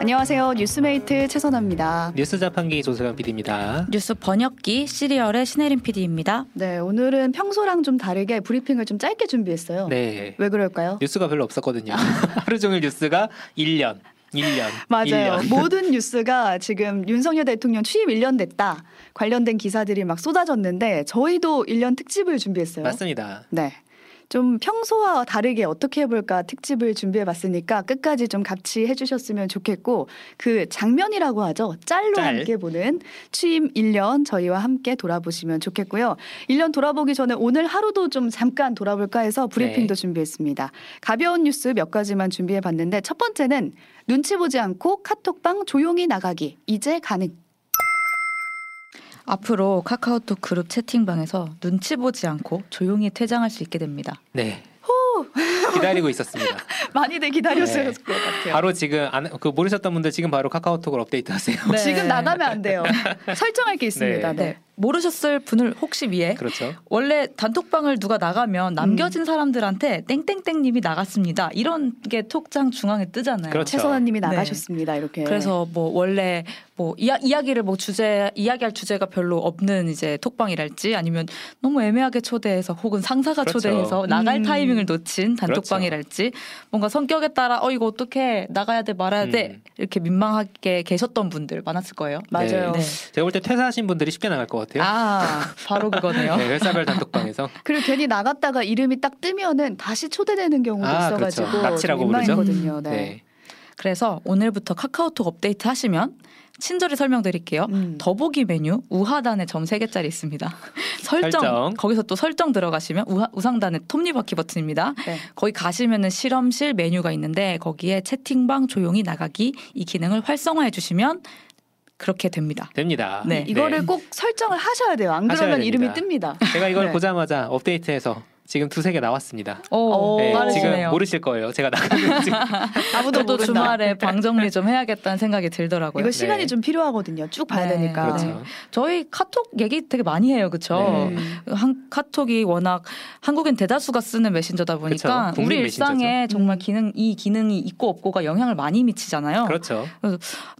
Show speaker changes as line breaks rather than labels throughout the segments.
안녕하세요. 뉴스메이트 최선아입니다.
뉴스 자판기 조세관 PD입니다.
뉴스 번역기 시리얼의 신혜림 PD입니다.
네, 오늘은 평소랑 좀 다르게 브리핑을 좀 짧게 준비했어요.
네.
왜 그럴까요?
뉴스가 별로 없었거든요. 하루 종일 뉴스가 1년, 1년.
맞아요.
1년.
모든 뉴스가 지금 윤석열 대통령 취임 1년 됐다. 관련된 기사들이 막 쏟아졌는데 저희도 1년 특집을 준비했어요.
맞습니다.
네. 좀 평소와 다르게 어떻게 해볼까 특집을 준비해봤으니까 끝까지 좀 같이 해주셨으면 좋겠고 그 장면이라고 하죠 짤로
짤.
함께 보는 취임 1년 저희와 함께 돌아보시면 좋겠고요 1년 돌아보기 전에 오늘 하루도 좀 잠깐 돌아볼까 해서 브리핑도
네.
준비했습니다 가벼운 뉴스 몇 가지만 준비해봤는데 첫 번째는 눈치 보지 않고 카톡방 조용히 나가기 이제 가능
앞으로 카카오톡 그룹 채팅방에서 눈치 보지 않고 조용히 퇴장할 수 있게 됩니다.
네. 기다리고 있었습니다.
많이들 기다렸을
네.
것 같아요
바로 지금 안, 그 모르셨던 분들 지금 바로 카카오톡을 업데이트하세요.
네.
지금 나가면 안 돼요 설정할 게 있습니다 네.
네. 모르셨을 분을 혹시 위해
그렇죠.
원래 단톡방을 누가 나가면
음.
남겨진 사람들한테 땡땡땡님이 나갔습니다. 이런 게 톡장 중앙에 뜨잖아요.
그렇죠.
최선아님이
네.
나가셨습니다. 이렇게.
그래서 뭐 원래 뭐 이야, 이야기를 뭐 주제 이야기할 주제가 별로 없는 이제 톡방이랄지 아니면 너무 애매하게 초대해서 혹은 상사가
그렇죠.
초대해서 나갈
음.
타이밍을 놓친 단톡방이랄지 뭔가 성격에 따라 어 이거 어떻게 나가야 돼 말아야 돼
음.
이렇게 민망하게 계셨던 분들 많았을 거예요.
맞아요.
네.
제가 볼 때 퇴사하신 분들이 쉽게 나갈 것 같아요.
아 바로 그거네요.
네, 회사별 단톡방에서.
그리고 괜히 나갔다가 이름이 딱 뜨면은 다시 초대되는 경우도
아,
있어가지고
그렇죠. 납치라고
좀
부르죠?
민망했거든요. 네.
네.
그래서 오늘부터 카카오톡 업데이트 하시면 친절히 설명드릴게요.
음.
더보기 메뉴 우하단에 점 3개짜리 있습니다. 설정,
설정.
거기서 또 설정 들어가시면 우하, 우상단에 톱니바퀴 버튼입니다.
네.
거기 가시면은 실험실 메뉴가 있는데 거기에 채팅방 조용히 나가기 이 기능을 활성화해 주시면 그렇게 됩니다.
됩니다.
네.
아, 이거를 꼭 설정을 하셔야 돼요. 안
하셔야
그러면 이름이
됩니다.
뜹니다.
제가 이걸
네.
보자마자 업데이트해서 지금 두세 개 나왔습니다.
오,
네,
지금
빠르시네요.
모르실 거예요. 제가 나갔는지.
아무도
저도
모른다.
주말에 방 정리 좀 해야겠다는 생각이 들더라고요.
이거 시간이
네.
좀 필요하거든요. 쭉 봐야
네.
되니까.
그렇죠.
저희 카톡 얘기 되게 많이 해요, 그쵸
네.
음.
한, 카톡이 워낙 한국인 대다수가 쓰는 메신저다 보니까
그쵸, 국민
우리 일상에
메신저죠.
정말
음.
기능 이 기능이 있고 없고가 영향을 많이 미치잖아요.
그렇죠.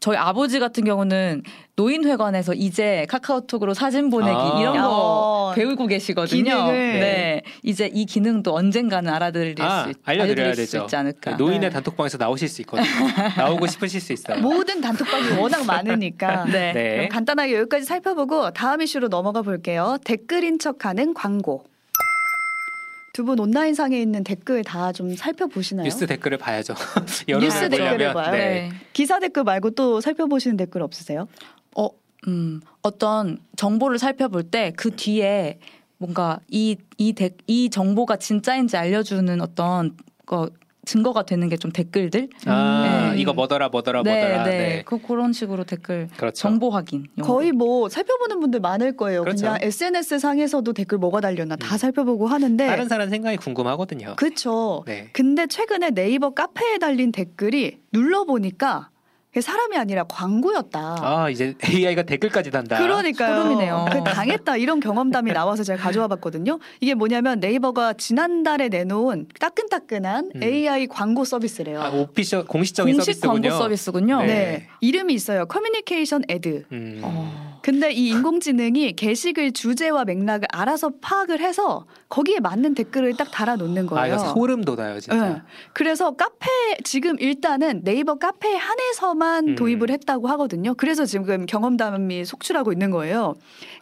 저희 아버지 같은 경우는 노인회관에서 이제 카카오톡으로 사진 보내기
아.
이런 거
어.
배우고 계시거든요.
기능을.
네. 이제 이 기능도 언젠가는 알아드릴 수,
아,
있,
알려드려야
알려드릴 수
되죠.
있지 않을까.
노인의
네.
단톡방에서 나오실 수 있거든요. 나오고 싶으실 수 있어요.
모든 단톡방이 워낙 많으니까.
네.
네.
그럼 간단하게 여기까지 살펴보고 다음 이슈로 넘어가 볼게요. 댓글인 척하는 광고. 두 분 온라인상에 있는 댓글 다 좀 살펴보시나요?
뉴스 댓글을 봐야죠. 여론을
뉴스 댓글을
보려면,
봐요?
네.
네.
기사 댓글 말고 또 살펴보시는 댓글 없으세요?
어, 음, 어떤 정보를 살펴볼 때 그 뒤에 뭔가 이, 이, 대, 이 정보가 진짜인지 알려주는 어떤 거, 증거가 되는 게 좀 댓글들?
아,
네.
이거 뭐더라 뭐더라 뭐더라. 네.
그, 그런 식으로 댓글.
그렇죠.
정보 확인. 용도.
거의 뭐 살펴보는 분들 많을 거예요. 그
그렇죠. 음.
냥 SNS 상에서도 댓글 뭐가 달렸나 다 살펴보고 하는데
다른 사람 생각이 궁금하거든요.
네. 그쵸.
네.
근데 최근에 네이버 카페에 달린 댓글이 눌러보니까 그게 사람이 아니라 광고였다.
아, 이제 AI가 댓글까지 단다.
그러니까요.
소름이네요.
그 당했다 이런 경험담이 나와서 제가 가져와 봤거든요. 이게 뭐냐면 네이버가 지난달에 내놓은 따끈따끈한
음.
AI 광고 서비스래요.
아, 오피셜 공식적인
공식
서비스군요.
광고 서비스군요.
네.
네.
이름이 있어요. 커뮤니케이션 애드.
음.
어.
근데 이 인공지능이 게시글 주제와 맥락을 알아서 파악을 해서 거기에 맞는 댓글을 딱 달아놓는
아,
거예요.
이거 소름 돋아요,
예.
진짜.
그래서 카페 지금 일단은 네이버 카페 한해서만
음.
도입을 했다고 하거든요. 그래서 지금 경험담이 속출하고 있는 거예요.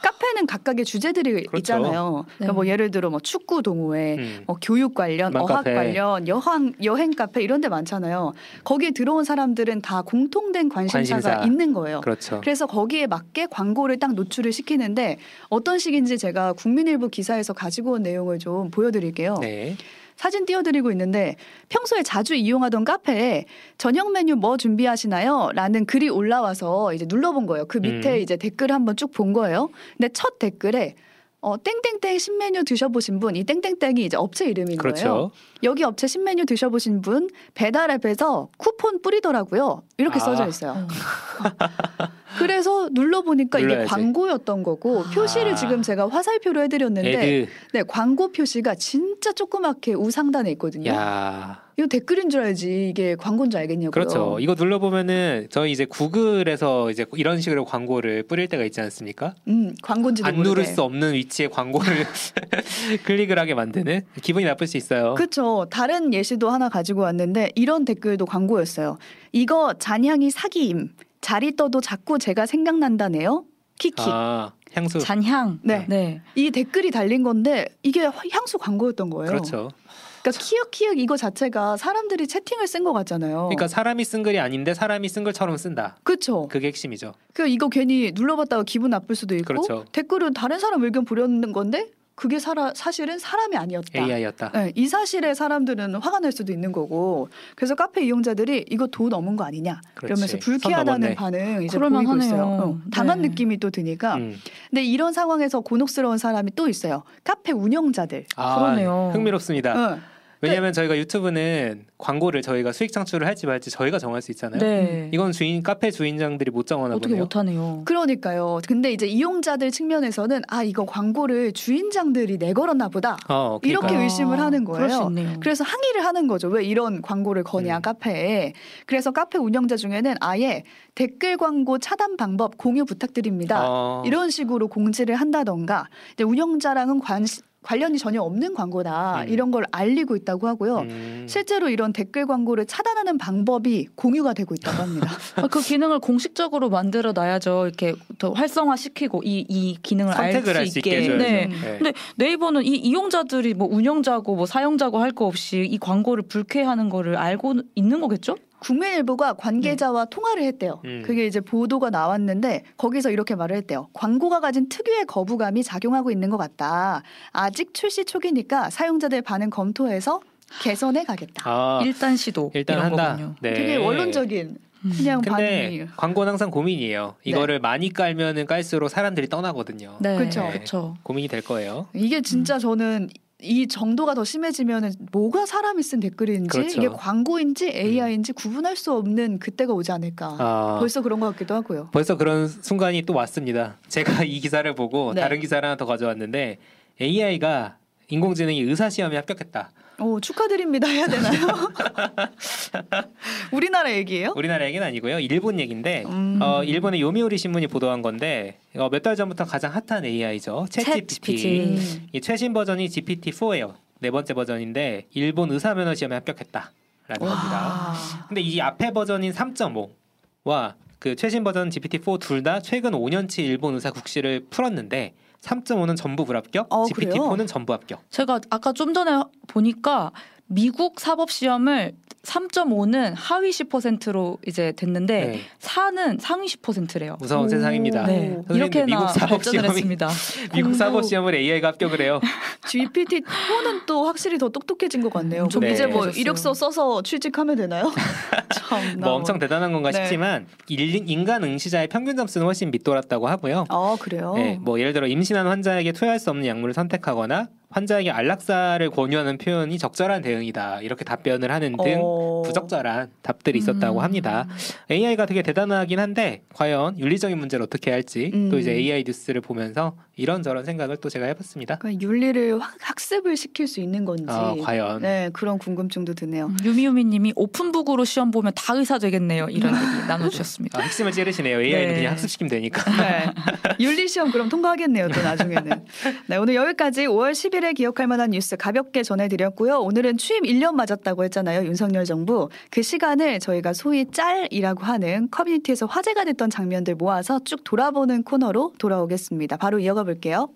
카페는 각각의 주제들이
그렇죠.
있잖아요. 그러니까
네.
뭐 예를 들어 뭐 축구 동호회,
음.
뭐 교육 관련,
음악
어학
카페.
관련, 여행 여행 카페 이런 데 많잖아요. 거기에 들어온 사람들은 다 공통된 관심사가
관심사.
있는 거예요.
그렇죠.
그래서 거기에 맞게 광고를 딱 노출을 시키는데 어떤 식인지 제가 국민일보 기사에서 가지고 온 내용을 좀 보여드릴게요.
네.
사진 띄워드리고 있는데 평소에 자주 이용하던 카페에 저녁 메뉴 뭐 준비하시나요? 라는 글이 올라와서 이제 눌러본 거예요. 그 밑에
음.
이제 댓글 한번 쭉 본 거예요. 근데 첫 댓글에 어, 땡땡땡 신메뉴 드셔보신 분, 이 땡땡땡이 이제 업체 이름인 거예요.
그렇죠.
여기 업체 신메뉴 드셔보신 분, 배달앱에서 쿠폰 뿌리더라고요. 이렇게
음,
아.
써져 있어요. 그래서 눌러보니까 이게
눌러야지.
광고였던 거고
아.
표시를 지금 제가 화살표로 해드렸는데
애드.
네 광고 표시가 진짜 조그맣게 우상단에 있거든요.
야.
이거 댓글인 줄 알지 이게 광고인 줄 알겠냐고요.
그렇죠. 이거 눌러보면은 저희 이제 구글에서 이제 이런 식으로 광고를 뿌릴 때가 있지 않습니까?
음 광고인지도
안 누를 수 없는 위치에 광고를 클릭을 하게 만드는 기분이 나쁠 수 있어요.
그렇죠. 다른 예시도 하나 가지고 왔는데 이런 댓글도 광고였어요. 이거 잔향이 사기임. 자리 떠도 자꾸 제가 생각난다네요. 키키.
아 향수
잔향.
네.
네.
이 댓글이 달린 건데 이게 화- 향수 광고였던 거예요.
그렇죠.
그러니까 키읔키읔 이거 자체가 사람들이 채팅을 쓴 것 같잖아요.
그러니까 사람이 쓴 글이 아닌데 사람이 쓴 글처럼 쓴다.
그렇죠.
그게 핵심이죠.
그 이거 괜히 눌러봤다가 기분 나쁠 수도 있고
그렇죠.
댓글은 다른 사람 의견 보려는 건데 그게 사라, 사실은 사람이 아니었다.
AI였다.
네, 이 사실에 사람들은 화가 날 수도 있는 거고 그래서 카페 이용자들이 이거 돈 넘은 거 아니냐
그렇지.
이러면서
선 넘었네.
불쾌하다는 반응 이제
그럴만
보이고
하네요.
있어요. 어, 당한
네.
느낌이 또 드니까
음.
근데 이런 상황에서 곤혹스러운 사람이 또 있어요. 카페 운영자들.
아,
그러네요.
흥미롭습니다.
어,
왜냐하면 저희가 유튜브는 광고를 저희가 수익 창출을 할지 말지 저희가 정할 수 있잖아요.
네.
음, 이건 주인 카페 주인장들이 못 정하나
어떻게
보네요.
못하네요.
그러니까요. 근데 이제 이용자들 측면에서는 아 이거 광고를 주인장들이 내걸었나 보다.
어,
이렇게
그러니까요.
의심을 하는 거예요.
아, 그럴 수 있네요.
그래서 항의를 하는 거죠. 왜 이런 광고를 거냐
네.
음.
카페에. 그래서 카페 운영자 중에는 아예 댓글 광고 차단 방법 공유 부탁드립니다.
아.
어,
이런 식으로 공지를 한다던가 이제 운영자랑은 관, 관련이 전혀 없는 광고다
네.
음.
이런 걸 알리고 있다고 하고요.
음.
실제로 이런 댓글 광고를 차단하는 방법이 공유가 되고 있다고 합니다.
아, 그 기능을 공식적으로 만들어 놔야죠. 이렇게 더 활성화시키고 이 이 기능을 알 수
선택을
있게.
할 수 있게 해줘야죠.
네.
음.
네.
근데 네이버는 이 이용자들이 뭐 운영자고 뭐 사용자고 할 거 없이 이 광고를 불쾌하는 거를 알고 있는 거겠죠?
국민일보가 관계자와 통화를 했대요.
음.
그게 이제 보도가 나왔는데 거기서 이렇게 말을 했대요. 광고가 가진 특유의 거부감이 작용하고 있는 것 같다. 아직 출시 초기니까 사용자들 반응 검토해서 개선해 가겠다.
아,
일단 시도
일단
이런
한다.
거군요.
네.
되게 원론적인
음.
그냥
근데
반응이에요. 네.
광고는 항상 고민이에요. 이거를 많이 깔면은 깔수록 사람들이 떠나거든요.
네.
그쵸.
그렇죠.
고민이 될 거예요.
이게
음.
진짜 저는 이 정도가 더 심해지면 뭐가 사람이 쓴 댓글인지
그렇죠.
이게 광고인지 AI인지 구분할 수 없는 그때가 오지 않을까.
아, 벌써...
벌써 그런 것 같기도 하고요.
그런 순간이 또 왔습니다. 제가 이 기사를 보고
네.
다른 기사를 하나 더 가져왔는데 AI가 인공지능이 의사 시험에 합격했다.
오, 어, 축하드립니다 해야 되나요? 우리나라 얘기예요?
우리나라 얘기는 아니고요. 일본 얘기인데
어? 음.
어, 일본의 요미우리 신문이 보도한 건데 어, 몇 달 전부터 가장 핫한 AI죠.
챗 GPT.
챗GPT.
음.
이 최신 버전이 GPT-4예요. 네 번째 버전인데 일본 의사 면허 시험에 합격했다라는 겁니다. 근데 이 앞에 버전인 3.5와 그 최신 버전 GPT-4 둘 다 최근 5년치 일본 의사 국시를 풀었는데 3.5는 전부 불합격,
어, 그래요?
GPT-4는 전부 합격.
제가 아까 좀 전에 보니까 미국 사법 시험을 3.5는 하위 10%로 이제 됐는데
네.
4는 상위 10%래요.
무서운 세상입니다.
네.
선생님들
이렇게나
미국 사법
발전을
시험이-
했습니다.
미국 사법
공부-
시험을 AI가 합격을 해요.
GPT 4는 또 확실히 더 똑똑해진 것 같네요.
엄청
그럼 이제 뭐
똑똑해졌어요.
이력서 써서 취직하면 되나요? 참.
뭐 엄청 대단한 건가
네.
싶지만 일- 인간 응시자의 평균 점수는 훨씬 밑돌았다고 하고요.
아 그래요.
네, 뭐 예를 들어 임신한 환자에게 투여할 수 없는 약물을 선택하거나 환자에게 안락사를 권유하는 표현이 적절한 대응이다 이렇게 답변을 하는 뭐 등
어.
부적절한 답들이 있었다고
음.
합니다. AI가 되게 대단하긴 한데 과연 윤리적인 문제를 어떻게 할지
음.
또 이제 AI 뉴스를 보면서 이런저런 생각을 또 제가 해봤습니다.
그러니까 윤리를 확- 학습을 시킬 수 있는 건지.
아, 과연
네 그런 궁금증도 드네요.
유미유미님이 오픈북으로 시험 보면 다 의사 되겠네요. 이런 얘기 나눠주셨습니다.
아, 핵심을 찌르시네요. AI는
네.
그냥 학습시키면 되니까.
네. 윤리 시험 그럼 통과하겠네요. 또 나중에는. 네, 오늘 여기까지 5월 10일에 기억할 만한 뉴스 가볍게 전해드렸고요. 오늘은 취임 1년 맞았다고 했잖아요. 윤석열 정부. 그 시간을 저희가 소위 짤이라고 하는 커뮤니티에서 화제가 됐던 장면들 모아서 쭉 돌아보는 코너로 돌아오겠습니다. 바로 이어가 볼게요.